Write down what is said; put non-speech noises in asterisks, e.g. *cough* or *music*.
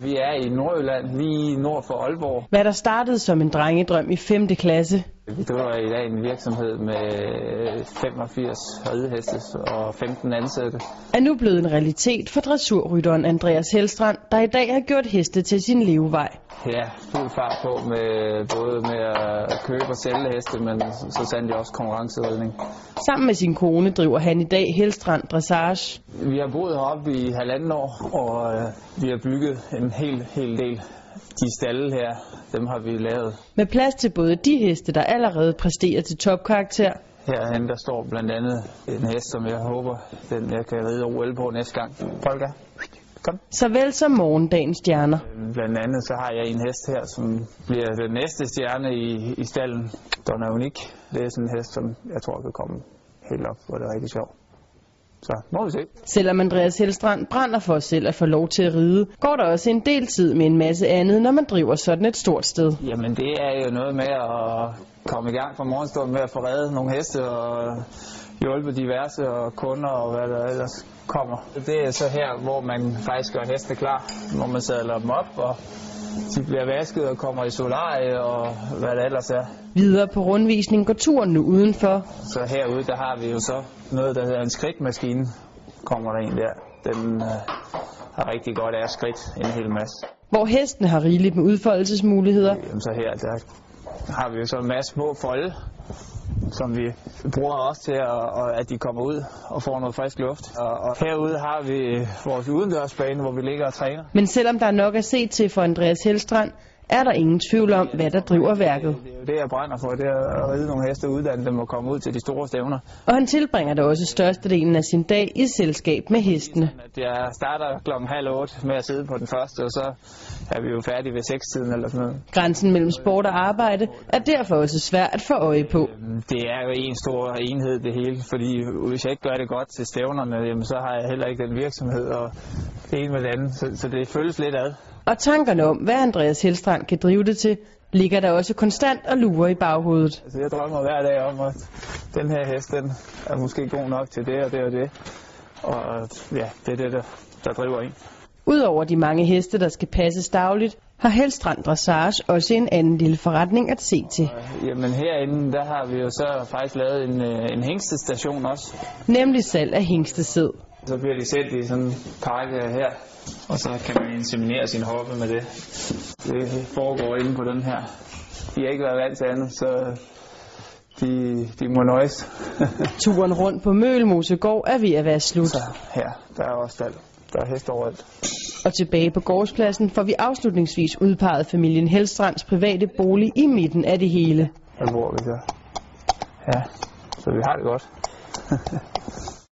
Vi er i Nordjylland, lige nord for Aalborg. Hvad der startede som en drengedrøm i 5. klasse, Vi driver i dag en virksomhed med 85 rideheste og 15 ansatte. er nu blevet en realitet for dressurrytteren Andreas Helstrand, der i dag har gjort heste til sin levevej. Ja, fuld fart på med både med at købe og sælge heste, men så sandelig også konkurrenceridning. Sammen med sin kone driver han i dag Helstrand Dressage. Vi har boet heroppe i halvanden år, og øh, vi har bygget en hel, hel del. De stalle her, dem har vi lavet. Med plads til både de heste, der allerede præsterer til topkarakter, Herhen der står blandt andet en hest, som jeg håber, den jeg kan ride OL på næste gang. Polka, kom. såvel som morgendagens stjerner. Blandt andet så har jeg en hest her, som bliver den næste stjerne i, i stallen. Den er unik. Det er sådan en hest, som jeg tror kan komme helt op, hvor det er rigtig sjovt. Så må vi se. Selvom Andreas Helstrand brænder for selv at få lov til at ride, går der også en del tid med en masse andet, når man driver sådan et stort sted. Jamen det er jo noget med at komme i gang fra morgenstunden med at få reddet nogle heste og hjælpe diverse og kunder og hvad der ellers kommer. Det er så her, hvor man faktisk gør heste klar, hvor man sadler dem op og de bliver vasket og kommer i solarie og hvad der ellers er. Videre på rundvisning går turen nu udenfor, Så herude, der har vi jo så noget, der hedder en skridtmaskine, kommer der en der. Den øh, har rigtig godt af skridt en hel masse. hvor hestene har rigeligt med udfoldelsesmuligheder, Jamen, så her, der har vi jo så en masse små folde, som vi bruger også til, at, og at de kommer ud og får noget frisk luft. Og, og herude har vi vores udendørsbane, hvor vi ligger og træner. Men selvom der er nok at se til for Andreas Helstrand, er der ingen tvivl om, hvad der driver værket. Det er jo det, jeg brænder for, det er at ride nogle heste og uddanne dem og komme ud til de store stævner. Og han tilbringer da også størstedelen af sin dag i selskab med hestene. At Jeg starter klokken halv otte med at sidde på den første, og så er vi jo færdige ved sekstiden eller sådan noget. Grænsen mellem sport og arbejde er derfor også svær at få øje på. Det er jo en stor enhed det hele, fordi hvis jeg ikke gør det godt til stævnerne, jamen, så har jeg heller ikke den virksomhed og det ene med det andet. Så, så det føles lidt ad. Og tankerne om, hvad Andreas Helstrand kan drive det til, ligger der også konstant og lurer i baghovedet. Altså, jeg drømmer hver dag om, at den her hest, den er måske god nok til det og det og det. Og ja, det er det, der, der driver en. Udover de mange heste, der skal passes dagligt, har Helstrand Dressage også en anden lille forretning at se til. Jamen herinde, der har vi jo så faktisk lavet en, øh, en hængstestation også. Nemlig salg af hængstesæd. Så bliver de sendt i sådan en pakke her, og så kan man inseminere sin hoppe med det. Det foregår inde på den her. De har ikke været vant til andet, så de, de må nøjes. *laughs* Turen rundt på Mølmosegård er ved at være slut. så her, der er også stald. Der er hest overalt. Og tilbage på gårdspladsen får vi afslutningsvis udpeget familien Helstrands private bolig i midten af det hele. Her bor vi så. Ja, så vi har det godt.